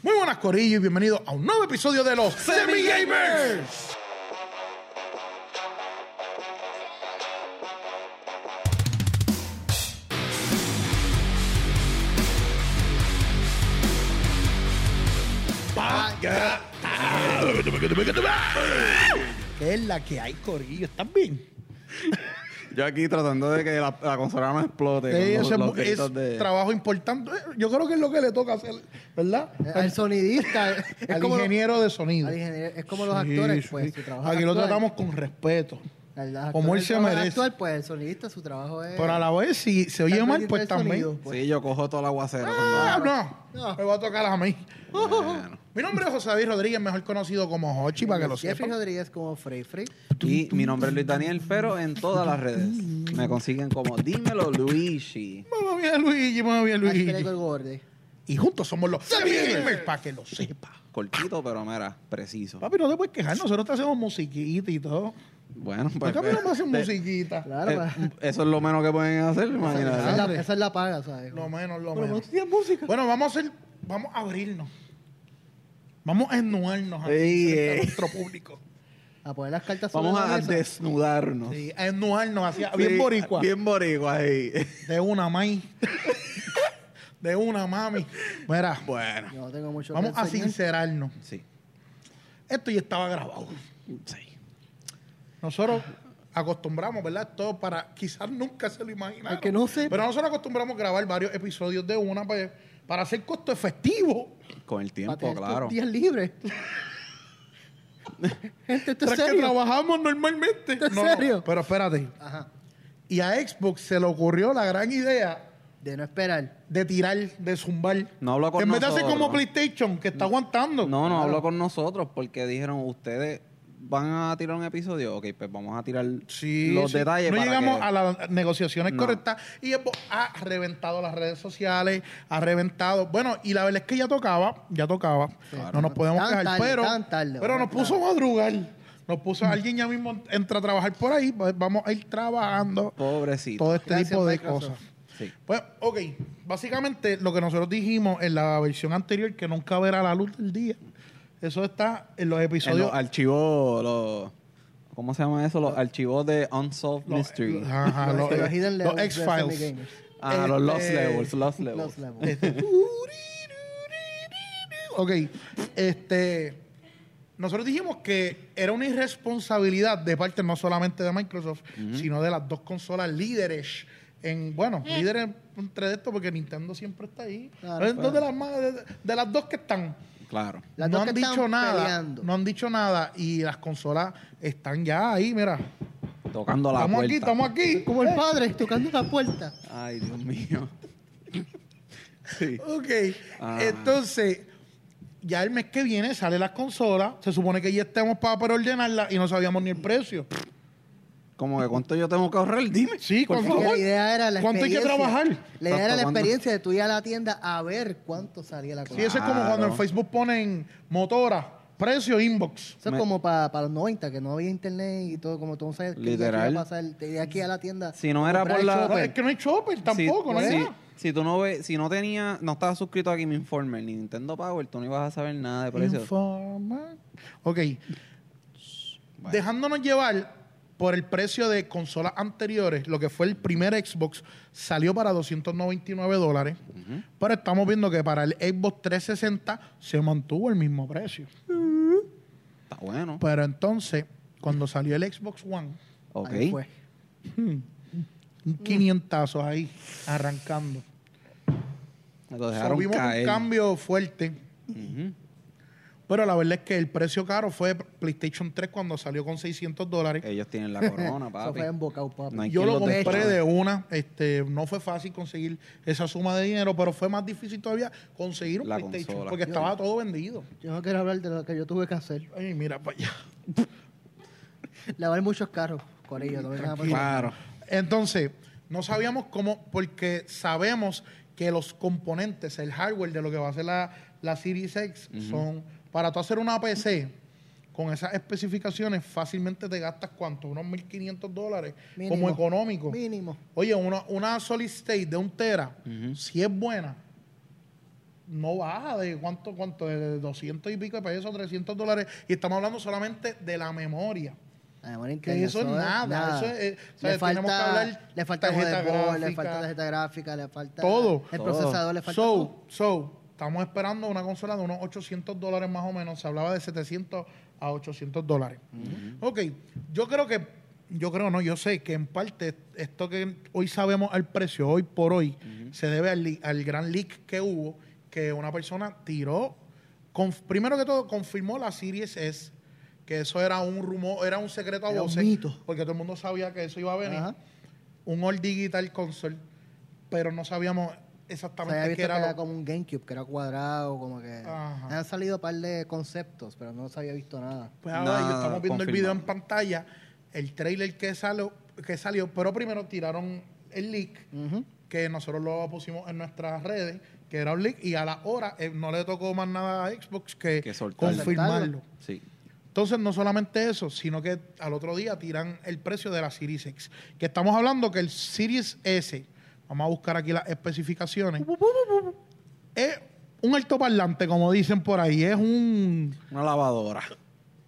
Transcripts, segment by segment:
Muy buenas Corillo y bienvenidos a un nuevo episodio de los Semi Gamers. ¿Qué es la que hay, Corillo? ¿Están bien? Yo aquí tratando de que la, la consola no explote. con Eh, los- eso es los mu- es, gritos de- trabajo importante. Eh, Yo creo que es lo que le toca hacer, ¿verdad? Eh, Al sonidista. eh, es al como los- ingeniero de sonido. al ingeniero, es como los Sí, actores, sí. pues. Su trabajo es Aquí lo actuar. tratamos con respeto. Al- al como actor, él el se trabajo es merece. actuar, pues el sonidista, su trabajo es. Pero a la vez, si se oye estar mal, pendiente pues del también. sonido, pues. Sí, yo cojo todo el aguacero. Ah, cuando- no, No. Oh, me va a tocar a mí. Bueno. Mi nombre es José David Rodríguez, mejor conocido como Hochi, para que lo Jeffrey sepan. Rodríguez como Frey Frey. Y mi nombre es Luis Daniel, pero en todas las redes me consiguen como Dímelo Luigi. Mamma mía, Luigi, mamma mía, Luis. Luigi. el Gordi. Y juntos somos los Gamers, para que lo sepa. Cortito, pero mira, preciso. Papi, no te puedes quejar, nosotros te hacemos musiquita y todo. Bueno, ¿Por pues. qué a mí no me hacen de- musiquita? Claro, eh, pues. eso es lo menos que pueden hacer, Esa es, imagínate. la, esa es la paga, ¿sabes? Lo menos, lo Pero menos. vos tienes música. Bueno, vamos a hacer, vamos a abrirnos. Vamos a ennuarnos a, Ey, frente a ey. nuestro público. A poner las cartas sobre Vamos la a mesa. desnudarnos. Sí, a ennuarnos hacia, bien Sí, boricua. Bien boricua ahí. De una, mai. De una, mami. Mira, Bueno. Yo no tengo mucho vamos que a enseñar. sincerarnos. Sí. Esto ya estaba grabado. Sí. Nosotros acostumbramos, ¿verdad? Todo para, quizás nunca se lo imaginaron. Al que no sepa. Pero nosotros acostumbramos grabar varios episodios de una para, para hacer costo efectivo. Con el Para tiempo, tener tus claro. días libres. Gente, esto es Tras que serio. trabajamos normalmente. ¿En serio? pero espérate. Ajá. Y a Xbox se le ocurrió la gran idea De no esperar. de tirar, de zumbar. No habló con En vez de hacer nosotros. como PlayStation, que está aguantando. No, no habló con nosotros porque dijeron, ustedes van a tirar un episodio. Ok, pues vamos a tirar Sí, los sí. detalles. No para llegamos que- a las negociaciones No. correctas y Xbox ha reventado las redes sociales, ha reventado. Bueno, y la verdad es que ya tocaba, ya tocaba. No nos podemos Tan quejar, tarde, pero, tan tarde, pero nos ¿verdad? puso a madrugar. Nos puso alguien ya mismo entra a trabajar por ahí. pues Vamos a ir trabajando Pobrecito. todo este Gracias, tipo de Microsoft. cosas. Sí. Pues, ok, básicamente lo que nosotros dijimos en la versión anterior, que nunca verá la luz del día, eso está en los En episodios. los archivos, los... ¿Cómo se llama eso? Los archivos de Unsolved los- Mystery. eh, ajá, los, Los Hidden los Levels de X-Files. Semi Gamers. ah, los Lost este- Levels, Lost Levels. Los levels. Este, ok, este, nosotros dijimos que era una irresponsabilidad de parte no solamente de Microsoft, sino de las dos consolas líderes. En, bueno, líderes entre estos, porque Nintendo siempre está ahí. Claro, Es dos claro. de, las más- de- de las dos que están. Claro. Las no dos han que dicho están nada. peleando. No han dicho nada. Y las consolas están ya ahí, mira. Tocando la estamos puerta. aquí, estamos aquí. Eh, Como el padre tocando la puerta. Ay, Dios mío. sí. Ok. Ah. Entonces, ya el mes que viene sale las consolas. Se supone que ya estemos para, para ordenarlas y no sabíamos ni el precio. Como que cuánto yo tengo que ahorrar, dime. Sí, por Porque favor. la idea era la ¿Cuánto hay que experiencia. trabajar? La idea era la Exacto, ¿cuánto? experiencia de tú ir a la tienda a ver cuánto salía la cosa. Sí, eso es como Claro. cuando en Facebook ponen motora, precio, inbox. Eso es Me- como para los 90, que no había internet y todo, como tú sabes. que Literal. iba a pasar de aquí a la tienda. Si no era comprar por el la- No, shopper. es que no hay shopper tampoco, si, no hay si- nada. si tú no ves, si no tenía, no estabas suscrito a Game Informer ni Nintendo Power, tú no ibas a saber nada de precios. Informa. Ok. Bueno. Dejándonos llevar por el precio de consolas anteriores, lo que fue el primer Xbox, salió para 299 dólares. Pero estamos viendo que para el Xbox 360 se mantuvo el mismo precio. Está bueno. Pero entonces, cuando salió el Xbox One, Ok. Ahí fue. un Mm. quinientazos ahí, arrancando. Lo So, dejaron vimos caer. un cambio fuerte. Ujú. Pero la verdad es que el precio caro fue PlayStation 3 cuando salió con 600 dólares. Ellos tienen la corona, Eso papi. fue en boca, papi. No hay Yo quien lo los deje. compré de una. Este, no fue fácil conseguir esa suma de dinero, pero fue más difícil todavía conseguir un La PlayStation consola. porque estaba todo vendido. Yo no quiero hablar de lo que yo tuve que hacer. Ay, mira para allá. Lavar muchos carros con ellos. No me vengan a poner- Claro. Entonces, no sabíamos cómo, porque sabemos que los componentes, el hardware de lo que va a ser la, la Series X son, para tú hacer una PC con esas especificaciones, fácilmente te gastas cuánto, unos 1.500 dólares como Mínimo. económico. Mínimo. Oye, una, una solid state de un tera, si es buena, no baja de cuánto, cuánto, de 200 y pico de pesos, 300 dólares. Y estamos hablando solamente de la memoria. La memoria Que interna, eso es nada, eso es, eh, o sea, le, falta, tenemos que hablar le falta tarjeta motherboard, le gráfica. falta tarjeta gráfica, le falta Todo. el Todo. procesador, le falta todo. So, so, estamos esperando una consola de unos 800 dólares más o menos. Se hablaba de 700 a 800 dólares. Ok, yo creo que, yo creo no, yo sé que en parte esto que hoy sabemos al precio, hoy por hoy, se debe al, li- al gran leak que hubo, que una persona tiró, conf- primero que todo, confirmó la Series S, que eso era un rumor, era un secreto a Era un voces, mito. porque todo el mundo sabía que eso iba a venir Ajá. un All Digital Console, pero no sabíamos O sea, había exactamente visto qué que era, era lo. como un GameCube, que era cuadrado, como que... Ajá. Han salido un par de conceptos, pero no se había visto nada. Pues ahora No, yo- estamos viendo el confirmado. video en pantalla, el trailer que salió, que salió, pero primero tiraron el leak, Ujú. que nosotros lo pusimos en nuestras redes, que era un leak, y a la hora eh, no le tocó más nada a Xbox que, Que soltarlo. confirmarlo. Sí. Entonces, no solamente eso, sino que al otro día tiran el precio de la Series X. Que estamos hablando que el Series S, vamos a buscar aquí las especificaciones, es un altoparlante, como dicen por ahí. Es un. Una lavadora.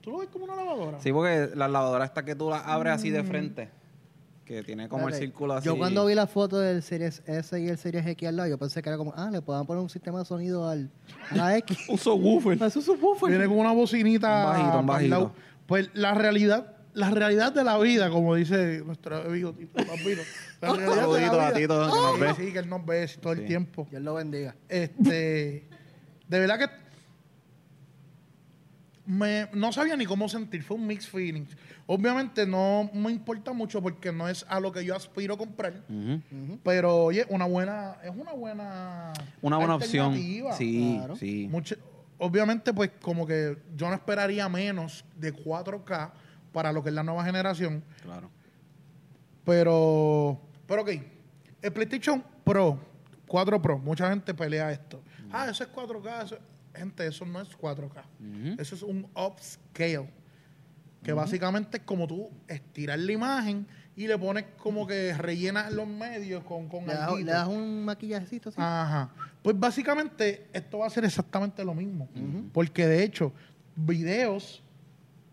¿Tú lo ves como una lavadora? Sí, porque la lavadora está que tú la abres así de frente. Que tiene como el Mm. Espérate, círculo así. Yo cuando vi la foto del Series S y el Series X al lado, yo pensé que era como, ah, le podían poner un sistema de sonido al, a la X. Un subwoofer. Eso es subwoofer. Viene con una bocinita. Un bajito, un para el bajito. lado. Pues la realidad. La realidad de la vida, como dice nuestro amigo Tito Bambino. La realidad Saludito a de Tito, la que nos vida. ve. Sí, sí, que él nos ve todo el Sí. tiempo. Dios lo bendiga. Este, de verdad que me- no sabía ni cómo sentir, fue un mix feeling. Obviamente no me importa mucho porque no es a lo que yo aspiro a comprar, Ujú. pero oye, una buena es una buena Una buena opción. alternativa. Sí, Claro. sí. Mucho- obviamente pues como que yo no esperaría menos de 4K para lo que es la nueva generación, Claro. pero, pero ok, el PlayStation Pro, 4 Pro, mucha gente pelea esto. Ah, eso es 4K. eso- Gente, eso no es 4K. Ujú. Eso es un upscale. Que básicamente es como tú estiras la imagen y le pones como que rellenas los medios con, con Le das, alguito. le das un maquillajecito así. Ajá. Pues básicamente esto va a ser exactamente lo mismo. Porque de hecho, videos,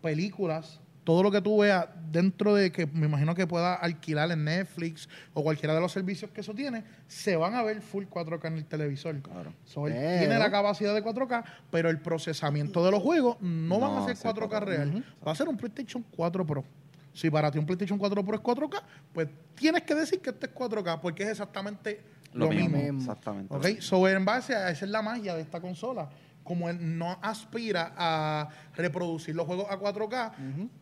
películas, todo lo que tú veas dentro de que me imagino que pueda alquilar en Netflix o cualquiera de los servicios que eso tiene, se van a ver full 4K en el televisor. Claro. So, él Pero- tiene la capacidad de 4K, pero el procesamiento de los juegos no, No van a va ser a ser 4K, real. Va a ser un PlayStation 4 Pro. Si para ti un PlayStation 4 Pro es 4K, pues tienes que decir que este es 4K porque es exactamente lo, Lo, mismo. mismo. mismo. Exactamente. Ok, so en base a esa es la magia de esta consola. Como él no aspira a reproducir los juegos a 4K,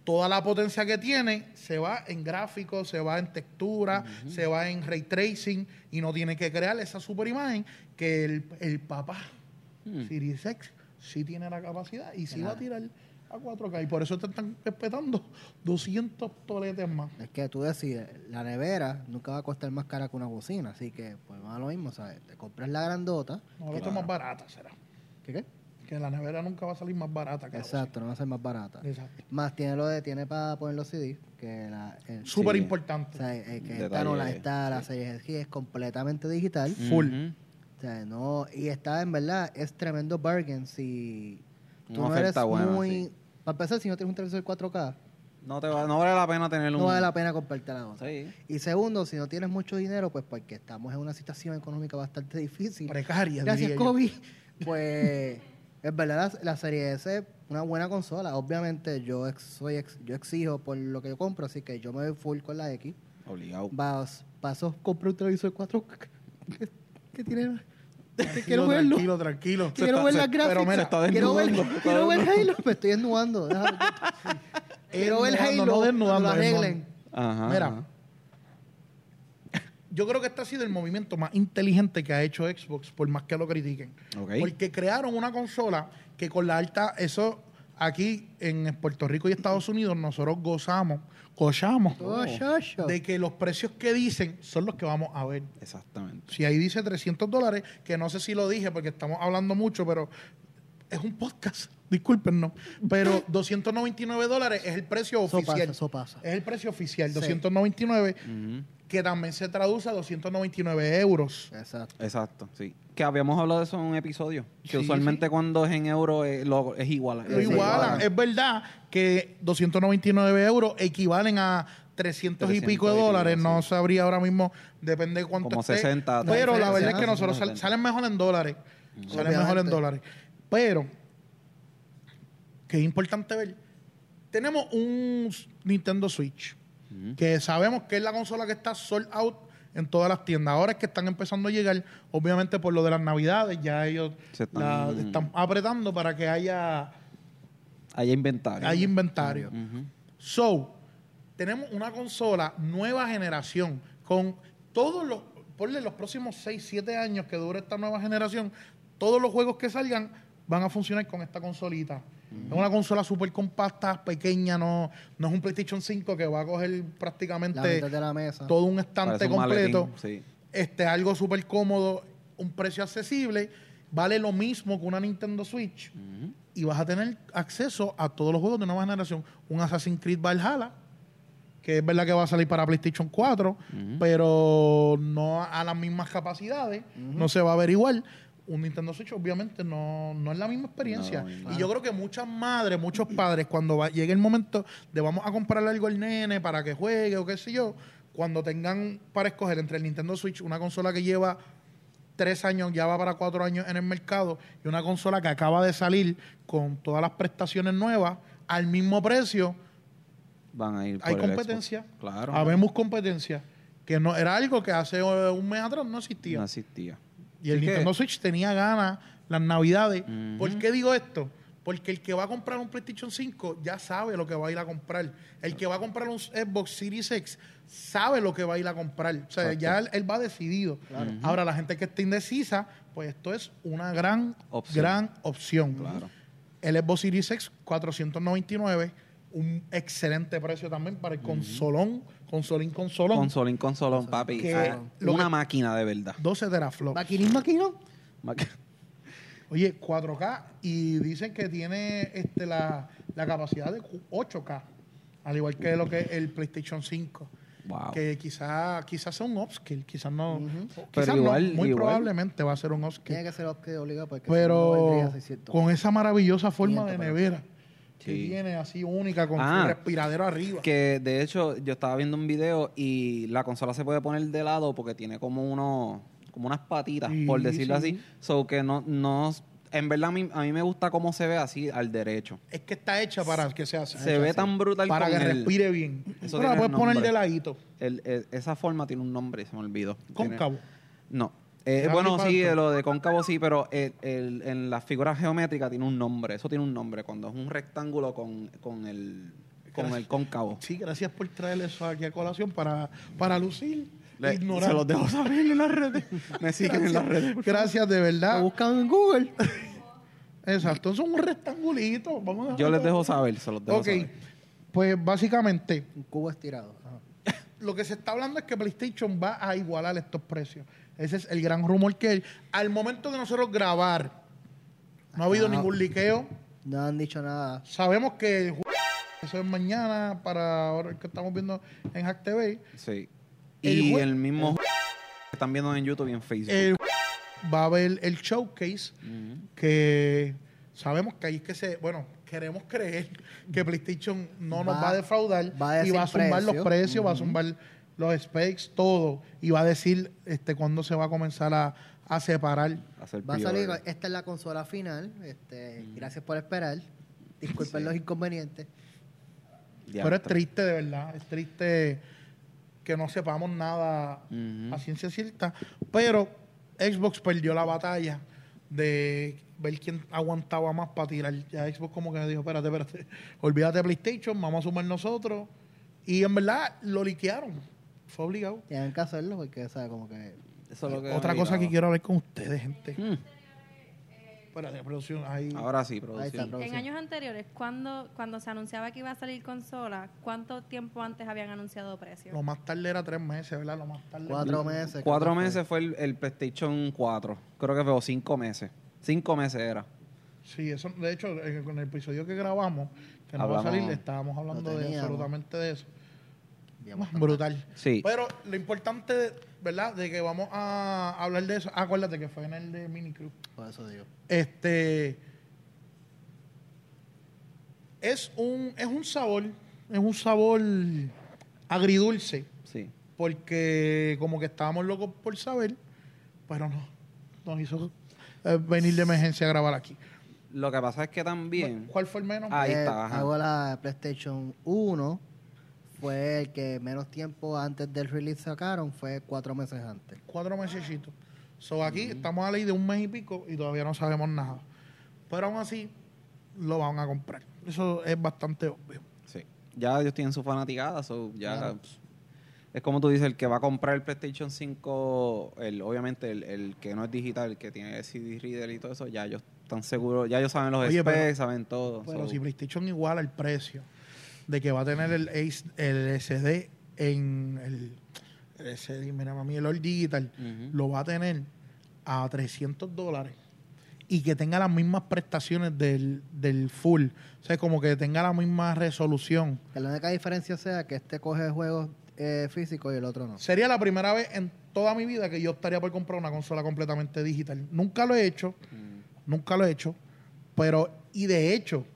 toda la potencia que tiene se va en gráficos, se va en textura, se va en ray tracing y no tiene que crear esa super imagen que el, el papá Series X sí Hmm. tiene la capacidad y sí va a tirar a 4K. Y por eso te están respetando 200 toletes más. Es que tú decides, la nevera nunca va a costar más cara que una bocina, así que pues va a lo mismo, ¿sabes? Te compras la grandota. No, esto es más barata será. ¿Qué qué? Que la nevera nunca va a salir más barata que la Exacto, no va a ser más barata. bocina. Exacto. Más tiene lo de, tiene para poner los CD, que la, el- Súper Sí. importante. o sea, eh, que esta Detalle, Mm. no la está, la serie X es completamente digital. Ujú. full. O sea, no, y está en verdad, es tremendo bargain si tú Una no oferta eres buena, muy. sí. Para empezar, si no tienes un televisor 4K, No, te va, no vale la pena tener un. no vale la pena comprarte la otra. Sí. Y segundo, si no tienes mucho dinero, pues porque estamos en una situación económica bastante difícil. Precaria, Gracias, diría yo. COVID. Pues, es verdad, la, la serie S es una buena consola. Obviamente, yo ex- soy ex- yo exijo por lo que yo compro, así que yo me voy full con la X. Obligado. Vas, paso, compro un televisor 4K que, que tiene. Que Tranquilo, quiero verlo. Tranquilo, tranquilo. Quiero ver las pero mira, gráficas. está Quiero ver, desnudando, está quiero ver Halo. Me estoy desnudando. déjame- Quiero ver Desnudando, Halo. no cuando desnudando, lo Edmond. arreglen. Ajá. Mira, yo creo que este ha sido el movimiento más inteligente que ha hecho Xbox, por más que lo critiquen. Ok. Porque crearon una consola que con la alta, eso aquí en Puerto Rico y Estados Unidos, nosotros gozamos, gozamos Oh, shosho. de que los precios que dicen son los que vamos a ver. Exactamente. Si ahí dice 300 dólares, que no sé si lo dije porque estamos hablando mucho, pero es un podcast, discúlpenos. Pero 299 dólares es el precio Eso oficial. pasa, eso pasa. Es el precio oficial, Sí. 299. que también se traduce a 299 euros. Exacto. Exacto, sí. Que habíamos hablado de eso en un episodio. Que Sí, usualmente cuando es en euro eh, lo- es igual. Lo Sí, igualan. eh. igualan. Es verdad que 299 euros equivalen a 300, y 300 pico de y pico, dólares. No sí. sabría ahora mismo, depende de cuánto Como esté. 60, Pero la 30, verdad es que 60, nosotros sal- 70. salen mejor en dólares. Salen Mm. mejor en Obviamente. dólares. Pero, que es importante ver, tenemos un s- Nintendo Switch, que sabemos que es la consola que está sold out en todas las tiendas. Ahora es que están empezando a llegar, obviamente por lo de las navidades, ya ellos Se están- Mm. la están apretando para que haya Hay inventario. hay inventario. Ujú. So, tenemos una consola nueva generación con todos los, ponle los próximos 6, 7 años que dure esta nueva generación, todos los juegos que salgan van a funcionar con esta consolita. Es una consola súper compacta, pequeña, no, no es un PlayStation 5 que va a coger La prácticamente mitad de la mesa. todo un Parece estante un maletín, completo sí. este, algo súper cómodo, un precio accesible, vale lo mismo que una Nintendo Switch y vas a tener acceso a todos los juegos de nueva generación. Un Assassin's Creed Valhalla, que es verdad que va a salir para PlayStation 4, pero no a las mismas capacidades, no se va a ver igual. Un Nintendo Switch obviamente no, no es la misma experiencia. No, no, y yo creo que muchas madres, muchos padres, cuando va- llegue el momento de vamos a comprarle algo al nene para que juegue o qué sé yo, cuando tengan para escoger entre el Nintendo Switch, una consola que lleva tres años, ya va para cuatro años en el mercado, y una consola que acaba de salir con todas las prestaciones nuevas al mismo precio, Van a ir por hay el Xbox. competencia. Claro. Habemos competencia. Que no era algo que hace eh, un mes atrás no existía. No existía. Y el Así que- Nintendo Switch tenía ganas las navidades. Ujú. ¿Por qué digo esto? Porque el que va a comprar un PlayStation 5 ya sabe lo que va a ir a comprar. El que va a comprar un Xbox Series X sabe lo que va a ir a comprar. O sea, Exacto. ya él, él va decidido. Ahora, la gente que está indecisa, pues esto es una gran Opción. gran opción. Claro. El Xbox Series X, 499. Un excelente precio también para el consolón, consolín, consolón. Consolín, consolón, papi. Que Ah, lo una que- máquina de verdad. 12 teraflops. Maquinín, maquinón. Maqui- Oye, 4K y dicen que tiene este, la, la capacidad de 8K, al igual que lo que es el PlayStation 5. Wow. Que quizás quizás sea un upskill, quizás no. quizás Pero no, igual- muy igual. probablemente va a ser un Tiene upskill. que ser upgrade obligado porque si no, no Pero valdría 600. con esa maravillosa forma 500 de para- nevera que Sí. tiene así única con Ah. su respiradero arriba. Que de hecho yo estaba viendo un video y la consola se puede poner de lado porque tiene como unos como unas patitas, Sí, por decirlo sí. así. So que no, no en verdad a mí, a mí me gusta cómo se ve así al derecho. Es que está hecha para que sea así. Se ve tan brutal para con que el- respire bien. Eso Pero la tiene puedes poner nombre. de ladito, el- el- esa forma tiene un nombre, se me olvidó. Tiene- cóncavo. No. Eh, Gravity bueno, sí, Falcon. lo de cóncavo sí, pero el- el- en las figuras geométricas tiene un nombre. Eso tiene un nombre. Cuando es un rectángulo con, con el con el cóncavo. Sí, gracias por traer eso aquí a colación para, para lucir. Le- ignorar. se los dejo saber en las redes. Me siguen en las redes. Gracias, de Lo verdad. buscan en Google. Exacto, son un rectangulito. Vamos a Yo dejarlo. les dejo saber, se los dejo Ok, saber. pues básicamente Un cubo estirado. Ajá. lo que se está hablando es que PlayStation va a igualar estos precios. Ese es el gran rumor que hay. Al momento de nosotros grabar, no ha habido Ah. ningún liqueo. No han dicho nada. Sabemos que el jue- eso es mañana para ahora que estamos viendo en Hack TV. Sí. El y jue- el mismo que están viendo en YouTube y en Facebook. El jue- va a haber el showcase Ujú. que sabemos que ahí es que se, bueno, queremos creer que PlayStation no nos Va- va a defraudar va a y va a decir zumbar los precio. precios, va a zumbar los specs, todo, y va a decir este cuándo se va a comenzar a, a separar. Hacer Va a salir, pre-order. esta es la consola final. Este, Gracias por esperar. Disculpen Sí. los inconvenientes. Ya Pero es está. triste de verdad, es triste que no sepamos nada Ujú. a ciencia cierta, pero Xbox perdió la batalla de ver quién aguantaba más para tirar. Ya Xbox como que dijo, espérate, espérate, olvídate de PlayStation, vamos a sumar nosotros. Y en verdad lo liquearon, fue obligado. Tienen que hacerlo porque, ¿sabes? Como que. Eso es lo que Otra me cosa que olvidaba. quiero hablar con ustedes, gente. Mm. Espérate, producción, ahí. Ahora sí, Ahí está, producción. producción. En años anteriores, cuando, cuando se anunciaba que iba a salir consola, ¿cuánto tiempo antes habían anunciado precios? Lo más tarde era tres meses, ¿verdad? Lo más tarde. Cuatro meses. Cuatro creo que meses fue el, el PlayStation 4. Creo que fue cinco meses. Cinco meses era. Sí, eso, de hecho, en- con el episodio que grabamos, que no va a Hablamos- salir, estábamos hablando Lo de teníamos. absolutamente de eso. Bien bastante. Brutal. Sí. Pero lo importante, ¿verdad? De que vamos a hablar de eso. Acuérdate que fue en el de Minicrew. Por eso digo. Este. Es un, es un sabor. Es un sabor agridulce. Sí. Porque como que estábamos locos por saber. Pero no. Nos hizo eh, venir de emergencia a grabar aquí. Lo que pasa es que también. ¿Cuál fue el menos? Ahí Eh, está, ajá. Hago la PlayStation 1. Fue el que menos tiempo antes del release sacaron. Fue cuatro meses antes. cuatro mesecitos. So aquí estamos a ley de un mes y pico y todavía no sabemos nada. Pero aún así, lo van a comprar. Eso es bastante obvio. Sí. Ya ellos tienen su fanaticada, so ya. Claro. pues, es como tú dices, el que va a comprar el PlayStation 5, el, obviamente el, el que no es digital, el que tiene CD reader y todo eso, ya ellos están seguros, ya ellos saben los Oye, specs, pero- saben todo. Pero so, si PlayStation iguala el precio de que va a tener el, Ace- el SD en el, el SD, mira mami, el All Digital, Ujú. lo va a tener a 300 dólares y que tenga las mismas prestaciones del, del full. O sea, como que tenga la misma resolución. Que la única diferencia sea que este coge juegos eh, físicos y el otro no. Sería la primera vez en toda mi vida que yo estaría por comprar una consola completamente digital. Nunca lo he hecho, nunca lo he hecho, pero y de hecho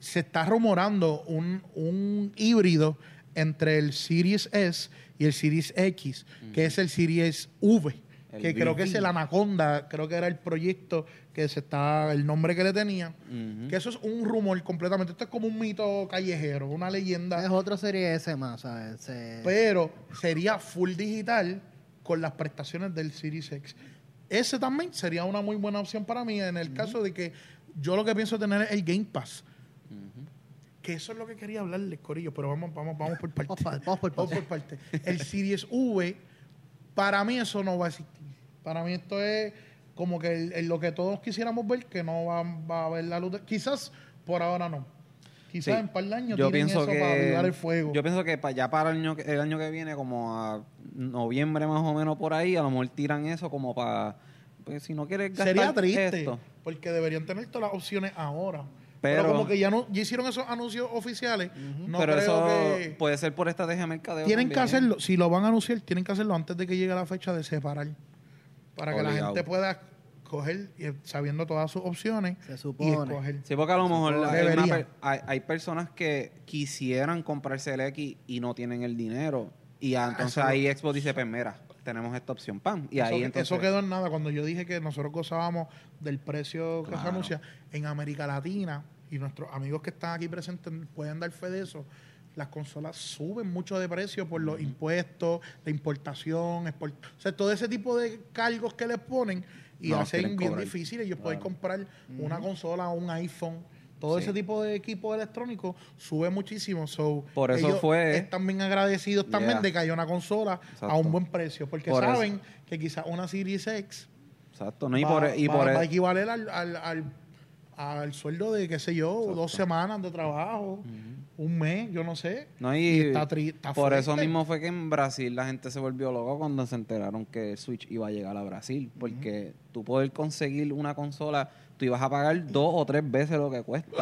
se está rumorando un, un híbrido entre el Series S y el Series X, que es el Series V, El que creo que es VV. el Anaconda, creo que era el proyecto que se está, el nombre que le tenía, Ujú. que eso es un rumor completamente, esto es como un mito callejero, una leyenda. Es otro serie S más, ¿sabes? Se- Pero sería full digital con las prestaciones del Series X. Ese también sería una muy buena opción para mí en el caso de que yo lo que pienso tener es el Game Pass. Que eso es lo que quería hablarles, Corillo, pero vamos, vamos, vamos por partes. Vamos pa- vamos por partes. partes. El Series V, para mí eso no va a existir. Para mí esto es como que el- el- lo que todos quisiéramos ver, que no va, va a haber la luz. de- quizás por ahora no. Quizás Sí. en par de años yo tienen pienso eso que para avivar el fuego. yo pienso que pa- ya para el año que- el año que viene como a noviembre más o menos por ahí a lo mejor tiran eso como para pues, si no quieres gastar Sería triste, esto porque deberían tener todas las opciones ahora. Pero, Pero- como que ya no ya hicieron esos anuncios oficiales, no pero creo eso que... puede ser por estrategia de mercadeo tienen que también. hacerlo, si lo van a anunciar, tienen que hacerlo antes de que llegue la fecha de separar, para que la Obligado. gente pueda coger, eh, sabiendo todas sus opciones, Se y supone. escoger. Sí, porque a lo mejor la- hay, Debería. una per- hay- hay personas que quisieran comprarse el X y no tienen el dinero. Y ah, entonces eso- ahí Xbox dice, pues mira, tenemos esta opción, pam. Y ahí eso, entonces... eso quedó en nada. Cuando yo dije que nosotros gozábamos del precio que se Claro. anuncia en América Latina, y nuestros amigos que están aquí presentes pueden dar fe de eso, las consolas suben mucho de precio por los impuestos, la importación, export- o sea, todo ese tipo de cargos que les ponen y No, hacen quieren bien cobrar. difícil ellos pueden Claro. comprar una consola, un iPhone. Todo Sí. ese tipo de equipo electrónico sube muchísimo. So, Por eso ellos fue- Están bien agradecidos también Yeah. de que haya una consola a Exacto. un buen precio. Porque Por eso. saben que quizás una Series X Exacto, ¿no? Y va, por... e, Y va- por va a equivaler al, al, al- al sueldo de, qué sé yo, dos semanas de trabajo, un mes, yo no sé. no, y, está tri- está por eso fuerte. mismo fue que en Brasil la gente se volvió loco cuando se enteraron que el Switch iba a llegar a Brasil. Porque tú poder conseguir una consola, tú ibas a pagar dos o tres veces lo que cuesta.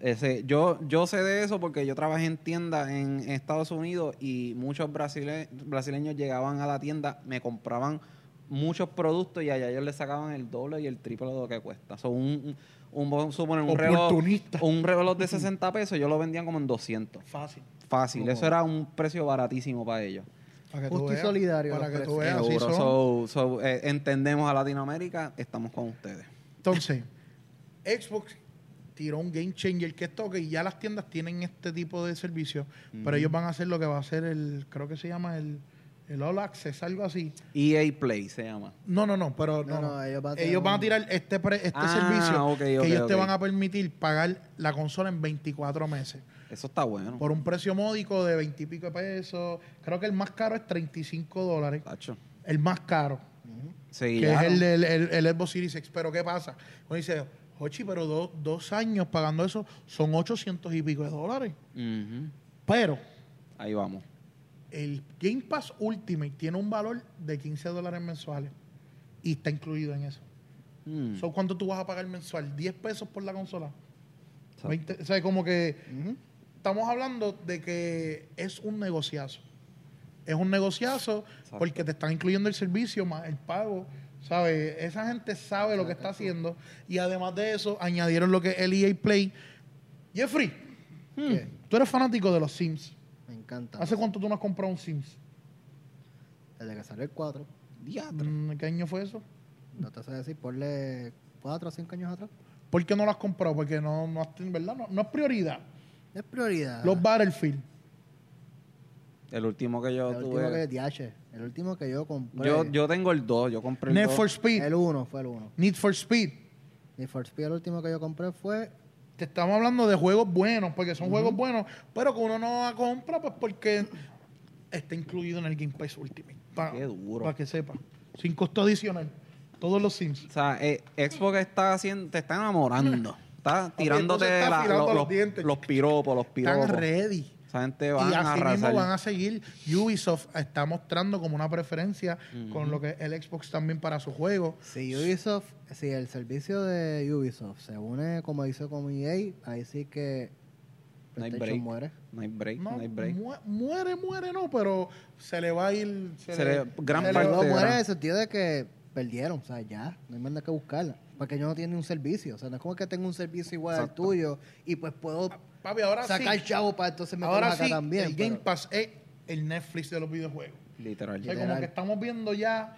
Ese, yo, yo sé de eso porque yo trabajé en tienda en Estados Unidos y muchos brasile- brasileños llegaban a la tienda, me compraban muchos productos y allá ellos le sacaban el doble y el triple de lo que cuesta. Son un, un, vamos a suponer, un reloj, Oportunista. un reloj de 60 pesos, ellos lo vendían como en 200. Fácil. Fácil, eso era un precio baratísimo para ellos. Para que tú Justo y veas, solidario Para los que tú precios. veas, Pues así Seguro. son. So- so, eh, entendemos a Latinoamérica, estamos con ustedes. Entonces, Xbox tiró un game changer que es esto que ya las tiendas tienen este tipo de servicio, pero ellos van a hacer lo que va a hacer el, creo que se llama el, el All Access, algo así. EA E Play se llama. No, no, no, pero no. No, no, ellos van a tirar Ellos van a un- tirar este, pre- este Ah, servicio ok, ok, que ellos te ok. van a permitir pagar la consola en 24 meses Eso está bueno. por un precio módico de 20 y pico de pesos. Creo que el más caro es 35 dólares. Tacho. El más caro, Se que es guiaron. el, del- el, el Xbox Series X. Pero ¿qué pasa? Uno dice, Jochi, pero do- dos años pagando eso son 800 y pico de dólares. Ujú. Pero Ahí vamos. el Game Pass Ultimate tiene un valor de 15 dólares mensuales y está incluido en eso. Mm. So, ¿Cuánto tú vas a pagar mensual? ¿10 pesos por la consola? Exacto. 20, o sea, como que estamos hablando de que es un negociazo. Es un negociazo Exacto. porque te están incluyendo el servicio más el pago. ¿Sabes? Esa gente sabe lo que está haciendo. Y además de eso, añadieron lo que es el EA Play. Jeffrey, ¿Qué? tú eres fanático de los Sims. Me encanta. ¿Hace cuánto tú no has comprado un Sims? Desde que salió el 4. Diablo. Mm, ¿Qué año fue eso? No te sé decir, ponle 4 o 5 años atrás. ¿Por qué no lo has comprado? Porque no, no, has- en ¿verdad? No, no es prioridad. Es Ah. prioridad. Los Battlefield. El último que yo el último que tuve. DH, el último que yo compré. Yo, yo tengo el 2, yo compré el pues, Need 2. for Speed. el 1 fue el 1. Need for Speed. Y for Speed el último que yo compré fue Te estamos hablando de juegos buenos, porque son juegos buenos, pero que uno no la compra, pues porque está incluido en el Game Pass Ultimate. Para, Qué duro. Para que sepa. Sin costo adicional. Todos los Sims. O sea, eh, Xbox está haciendo, te está enamorando. Está tirándote se está la- afilando lo- los los, dientes. los piropos, los piropos. Están ready. Esa gente va Y a así arrasar. mismo van a seguir. Ubisoft está mostrando como una preferencia con lo que es el Xbox también para su juego. Si Ubisoft, si el servicio de Ubisoft se une como hizo con EA, ahí sí que No hay PlayStation break. muere. No hay break, no, No, hay break. mu- muere, muere, no, pero se le va a ir. Se le- gran se le- parte- Pero muere en gran- el sentido de que perdieron, o sea, ya, no hay más nada que buscarla. Porque ellos no tienen un servicio, o sea, no es como que tengo un servicio igual al Exacto. tuyo y pues puedo Papi, ahora sacar sí. chavo para entonces meterlos Ahora acá sí, también. el pero- Game Pass es el Netflix de los videojuegos. Literal. O sea, como Literal. que estamos viendo ya,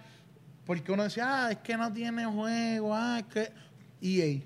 porque uno decía, ah, es que no tiene juego, ah, es que... E EA.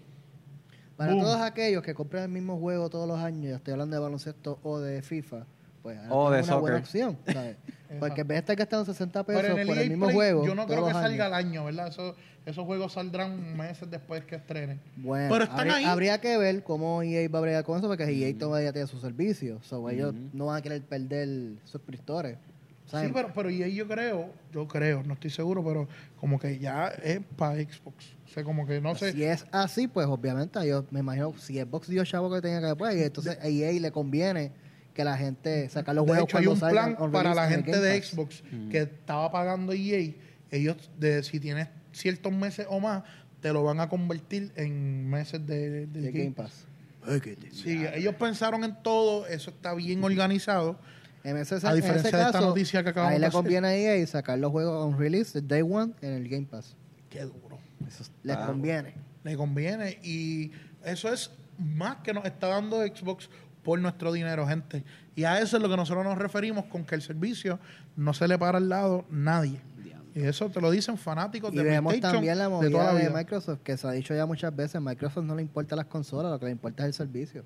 Para Boom. todos aquellos que compran el mismo juego todos los años, ya estoy hablando de baloncesto o de FIFA, pues ahora O de tienen una buena soccer. opción, ¿sabes? Porque en vez de estar gastando 60 pesos Pero en el por EA el mismo Play, juego, yo no creo todos que los salga años. al año, ¿verdad? Eso- esos juegos saldrán meses después que estrenen. Bueno, Pero están habría, ahí. habría que ver cómo EA va a bregar con eso, porque EA todavía tiene su servicio. So, Ellos no van a querer perder suscriptores. ¿saben? Sí, pero, pero EA yo creo, yo creo, no estoy seguro, pero como que ya es para Xbox. O sea, como que no sé... Si es así, pues obviamente yo me imagino, si Xbox dio chavo que tenía que después, y entonces E a EA le conviene que la gente sacar los De juegos hecho, hay un cuando salgan plan on para release la en el gente Game de Pass. Xbox que estaba pagando EA. Ellos, de, si tienes ciertos meses o más, te lo van a convertir en meses de, del de Game Game Pass. Pass. Sí, ellos pensaron en todo, eso está bien organizado. En ese, A diferencia en ese de esta caso, noticia que acabamos ahí de le hacer. conviene a EA sacar los juegos on release, day one, en el Game Pass. Qué duro. Eso está- Les conviene. Le conviene. Y eso es más que nos está dando Xbox por nuestro dinero, gente. Y a eso es lo que nosotros nos referimos con que el servicio no se le para al lado nadie. Diablo. Y eso te lo dicen fanáticos Y de vemos PlayStation también la de toda la movida de, vida. Microsoft, que se ha dicho ya muchas veces, Microsoft no le importa las consolas, lo que le importa es el servicio.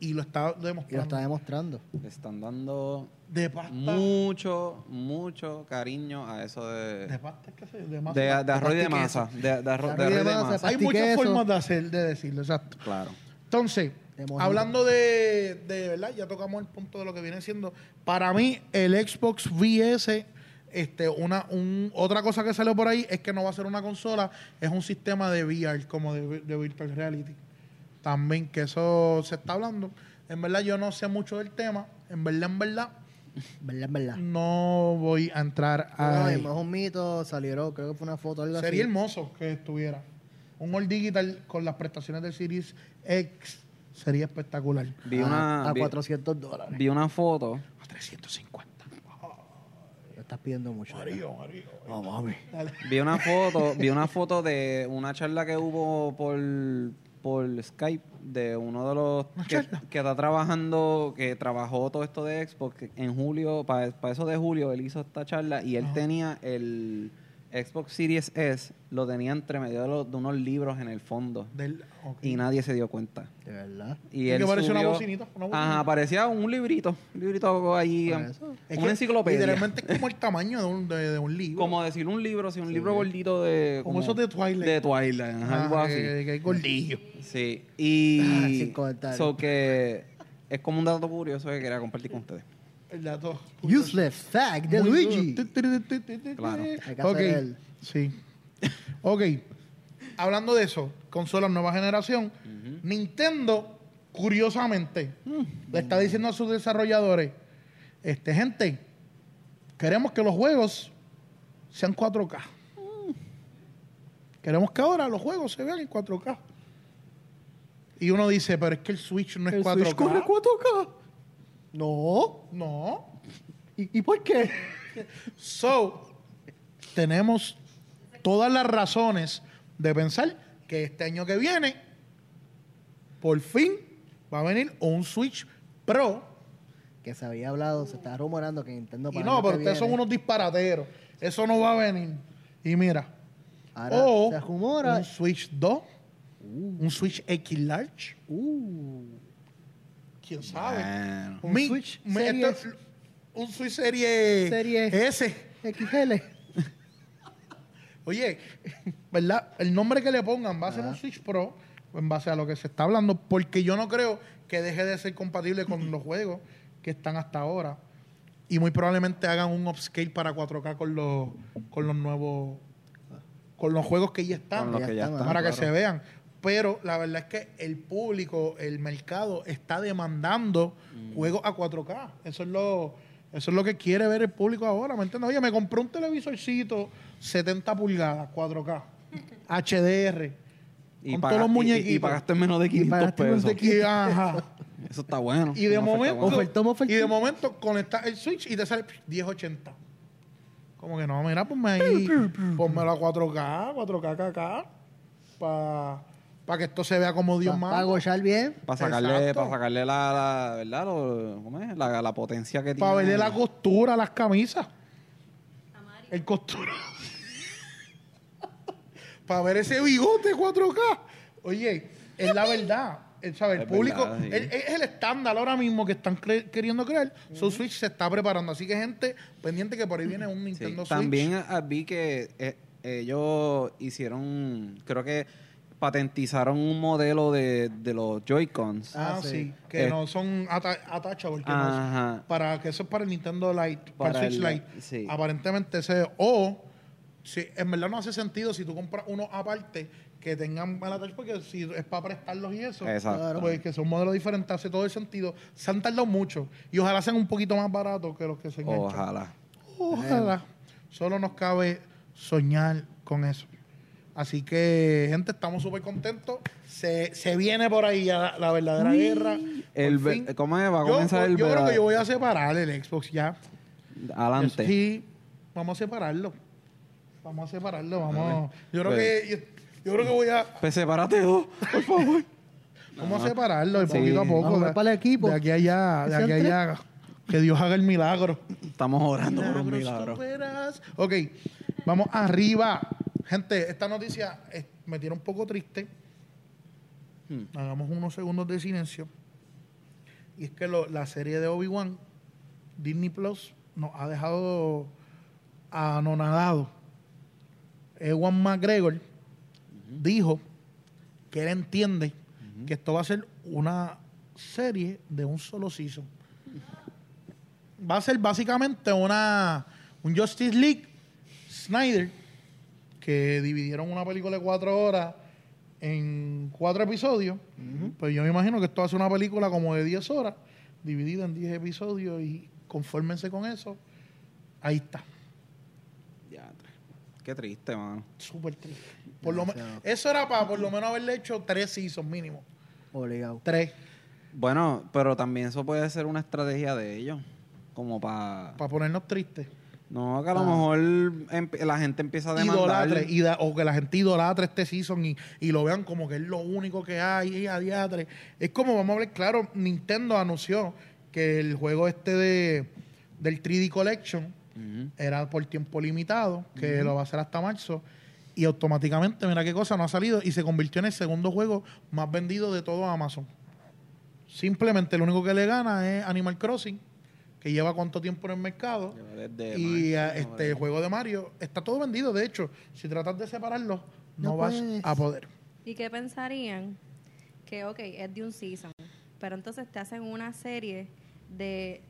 Y lo está Y lo demostrando. está demostrando. Le están dando De pasta. mucho, mucho cariño a eso de. De pasta es que se- de de, masa. de arroz y de pasta y queso. masa. De, de arroz, de Arroz y arroz y de masa, masa. Hay Pasta y muchas queso. formas de, hacer, de decirlo, exacto. Claro. Entonces, De mojito. hablando de, de, verdad, ya tocamos el punto de lo que viene siendo. Para mí, el Xbox VS, este, una, un, otra cosa que salió por ahí es que no va a ser una consola, es un sistema de VR, como de, de virtual reality. También que eso se está hablando. En verdad, yo no sé mucho del tema. En verdad, en verdad, ¿Verdad, verdad? no voy a entrar a. No, es un mito, salieron, creo que fue una foto, algo Sería así. hermoso que estuviera. Un All Digital con las prestaciones del Series X sería espectacular. Vi a, una. a vi- 400 dólares. vi una foto. A 350. Lo estás pidiendo mucho. ¿verdad? Mario, Mario. No, mami. Vi una foto, vi una foto de una charla que hubo por, por Skype de uno de los ¿Una que, charla? que está trabajando, que trabajó todo esto de Xbox que en julio, para eso de julio él hizo esta charla y él tenía el Xbox Series S, lo tenía entre medio de, los- de unos libros en el fondo Del, ok. y nadie se dio cuenta. De verdad. Y Y él que parecía una subió- bocinita, una bocinita. Ajá, parecía un librito, un librito ahí, Por em, eso. Es que una enciclopedia. Literalmente es como el tamaño de un, de, de un libro. Como decir un libro, si un libro gordito de... Como esos de Twilight. Ah, eh, De Twilight, ajá, Ajá, algo así. Que, que es gordillo. Sí, y... Ah, sin comentarios. so que es como un dato curioso que quería compartir con ustedes. El dato. Useless fact de Muy Luigi. duro. Tu, tu, tu, tu, tu, tu. Claro. Hay que hacer Ok. el- Sí. Ok. Hablando de eso, consolas nueva generación, Nintendo, curiosamente, Mm. le está diciendo a sus desarrolladores, este gente, queremos que los juegos sean 4K. Queremos que ahora los juegos se vean en 4K. Y uno dice, pero es que el Switch no es 4K. Switch corre 4K. No. No. ¿Y, y por qué? So, tenemos todas las razones de pensar que este año que viene, por fin, va a venir un Switch Pro. Que se había hablado, se estaba rumorando que Nintendo Y el no, año pero que ustedes son viene- unos disparateros. Eso no va a venir. Y mira, Ahora o se rumora. un Switch 2, un Switch X Large, Uh, quién sabe. Bueno. Un Mi- Switch me- Series- esto es un Switch serie, Serie- S. XL. Oye, ¿verdad? El nombre que le pongan va a ser un Switch Pro en base a lo que se está hablando, porque yo no creo que deje de ser compatible con los juegos que están hasta ahora. Y muy probablemente hagan un upscale para 4K con los, con los nuevos, con los juegos que ya están, Con los que ya están, están. para que claro. se vean. Pero la verdad es que el público, el mercado está demandando Mm. juegos a 4K. Eso es lo eso es lo que quiere ver el público ahora, ¿me entiendes? Oye, me compré un televisorcito 70 pulgadas, 4K, HDR, Y con paga- todos los y- y- muñequitos. Y, pagaste menos de 500 pagaste menos pesos. de Y, ajá. Eso está bueno. Y de Una oferta momento, buena. Ofertón, ofertón. y de momento conectas el switch y te sale psh, 1080. Como que no, mira, ponme ahí, ponmelo a 4K, 4K, KK, para que esto se vea como Dios Para manda. gochar bien. Para sacarle, Exacto. para sacarle la, la- ¿verdad? Lo- ¿cómo es? La, la potencia que Para tiene. verle la costura a las camisas. A Mario. El costura. Para ver ese bigote 4K. Oye, es la verdad. El, ¿sabe? el Es público verdad, sí. el- es el estándar ahora mismo que están cre- queriendo crear. Su Switch se está preparando. Así que, gente, pendiente que por ahí viene un Sí. Nintendo Switch. También ah, vi que eh, ellos hicieron, creo que patentizaron un modelo de, de los Joy-Cons. Ah, Ah, sí. sí. Que Eh. no son ata attachables. que no son- Ajá. para que eso es para el Nintendo Lite, para, Para el Switch el- Lite. sí. Aparentemente ese o si en verdad no hace sentido si tú compras uno aparte que tengan mal attach porque si es para prestarlos y eso, Exacto. claro, pues que son modelos diferentes hace todo el sentido. Se han tardado mucho y ojalá sean un poquito más baratos que los que se Oh, enganchan. Ojalá. Ojalá. Solo nos cabe soñar con eso. Así que, gente, estamos súper contentos. Se, se viene por ahí ya la, la verdadera guerra. El Por ve- fin. ¿Cómo es? Va a Yo- comenzar el yo creo que verdad- yo voy a separar el Xbox ya. Adelante. Sí, vamos a separarlo. Vamos a separarlo, vamos. Yo creo Pues- que yo, yo creo que voy a Pues sepárate dos, por favor. vamos a separarlo de Sí. poquito a poco. Vamos de- para el equipo. De aquí a allá, Que de aquí a sean tres. allá. Que Dios haga el milagro. Estamos orando por un Milagros milagro. tú verás. Ok, vamos arriba. Gente, esta noticia eh, me tiene un poco triste. Hmm. Hagamos unos segundos de silencio. Y es que lo- la serie de Obi-Wan, Disney Plus, nos ha dejado anonadado. Ewan McGregor dijo que él entiende que esto va a ser una serie de un solo season va a ser básicamente una un Justice League Snyder que dividieron una película de cuatro horas en cuatro episodios. Pues yo me imagino que esto va a ser una película como de 10 horas, dividida en 10 episodios y confórmense con eso. Ahí está. Diantre. Qué triste, mano. Súper triste. Por lo me- Demasiado. eso era para por lo menos haberle hecho tres seasons mínimo. Obligado. Tres. Bueno, pero también eso puede ser una estrategia de ellos. Como para... Para ponernos tristes. No, que a lo Ah. mejor emp- la gente empieza a demandar. idolatre ida- o que la gente idolatre este season y, y lo vean como que es lo único que hay y a diatre. Es como, vamos a hablar claro, Nintendo anunció que el juego este de del 3D Collection Ujú. era por tiempo limitado, que lo va a hacer hasta marzo. Y automáticamente, mira qué cosa, no ha salido y se convirtió en el segundo juego más vendido de todo Amazon. Simplemente lo único que le gana es Animal Crossing, que lleva cuánto tiempo en el mercado. Lleva desde Y marzo, ah, este el ¿verdad? juego de Mario está todo vendido. De hecho, si tratas de separarlo, no, No vas puedes. a poder. ¿Y qué pensarían? Que, ok, es de un season, pero entonces te hacen una serie de,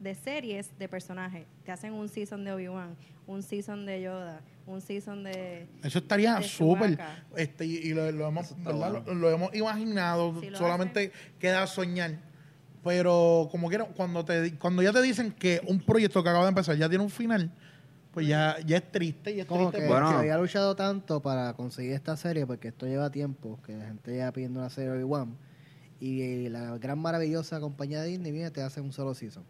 de series de personajes. Te hacen un season de Obi-Wan, un season de Yoda, un season de... Eso estaría De súper. Chewbacca. Este, y, y lo, lo hemos, Eso está ¿verdad? bueno. lo, lo hemos imaginado. Si lo solamente queda soñar. Pero como quiera, cuando te di- cuando ya te dicen que un proyecto que acaba de empezar ya tiene un final, pues ya, ya es triste. Y es Como triste que Bueno. se había luchado tanto para conseguir esta serie, porque esto lleva tiempo, que la gente lleva pidiendo una serie de Obi-Wan. Y eh, la gran maravillosa compañía Disney viene y te hace un solo season.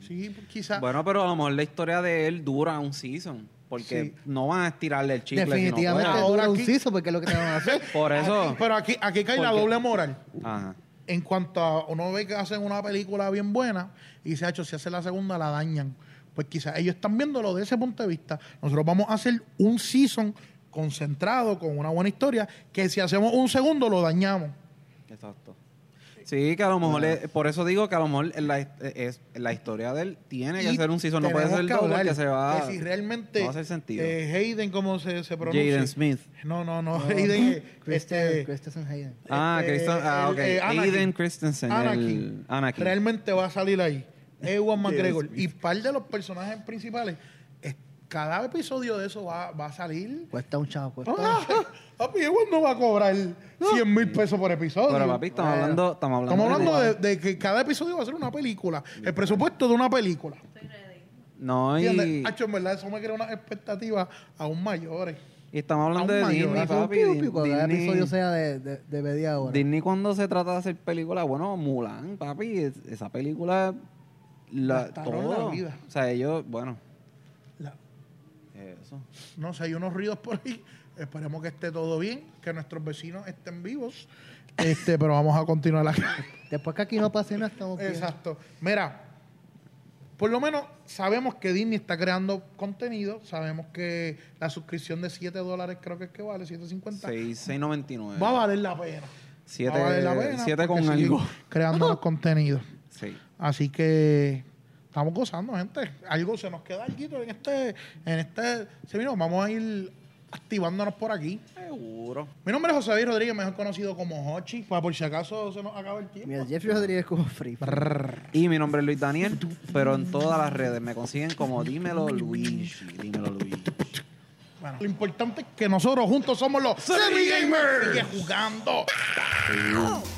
Sí, quizás. Bueno, pero a lo mejor la historia de él dura un season. Porque Sí. no van a estirarle el chicle. si no Definitivamente pueden. ahora dura un aquí- season porque es lo que te van a hacer. Por eso. Pero aquí, aquí cae la Porque- doble moral. Ajá. En cuanto a uno ve que hacen una película bien buena y se ha hecho, si hace la segunda, la dañan. Pues quizás ellos están viéndolo desde ese punto de vista. Nosotros vamos a hacer un season concentrado con una buena historia que si hacemos un segundo lo dañamos. Exacto. Sí, que a lo mejor, es- por eso digo que a lo mejor es la, eh, es- la historia de él tiene que Y ser un season, no puede tenemos ser que dos hablar porque se va, que si realmente no va a hacer sentido. eh, Hayden, ¿cómo se, se pronuncia? Jaden Smith. No, no, no. No, Hayden. eh, Christian, este, Christensen Hayden. Ah, Este, Christen- ah, el- ok. eh, Anakin. Aiden Christensen. Anakin, el- Anakin. realmente va a salir ahí. Ewan McGregor. Dios Y par de los personajes principales. es- cada episodio de eso va, va a salir. Cuesta un chavo, cuesta Ah, papi, Ewan no va a cobrar 100 mil pesos por episodio. Ah. Pero papi, estamos Bueno. hablando, estamos hablando, Estamos de- hablando de, de que cada episodio va a ser una película. El presupuesto de una película. No, y, ¿Entiendes? Hacho, en verdad, eso me crea unas expectativas aún mayores. y estamos hablando Aún de mayor, Disney, hace un papi. piu, Di- piu, cuando cada Disney- episodio sea de, de, de media hora. Disney cuando se trata de hacer películas, bueno, Mulan, papi, es- esa película la Gastaron todo. la vida. O sea, ellos, bueno, La- eso. no sé, hay unos ruidos por ahí. Esperemos que esté todo bien, que nuestros vecinos estén vivos. Este, pero vamos a continuar acá. Después que aquí no pase nada, estamos bien. Exacto. Mira, por lo menos sabemos que Disney está creando contenido, sabemos que la suscripción de 7 dólares creo que es que vale, 7.50, 6, 6.99. va a valer la pena. Siete- va a valer la pena siete porque con siguen algo. Creando los contenidos. Sí. Así que estamos gozando, gente. Algo se nos queda algo en este, en este. sí, mira, vamos a ir activándonos por aquí. Seguro. Mi nombre es José Luis Rodríguez, mejor conocido como Hochi, para por si acaso se nos acaba el tiempo. Mira, Jeffrey Rodríguez como free. Y mi nombre es Luis Daniel, pero en todas las redes me consiguen como Dímelo Luigi. Dímelo Luigi. Bueno, lo importante es que nosotros juntos somos los Semi Gamers. Sigue jugando.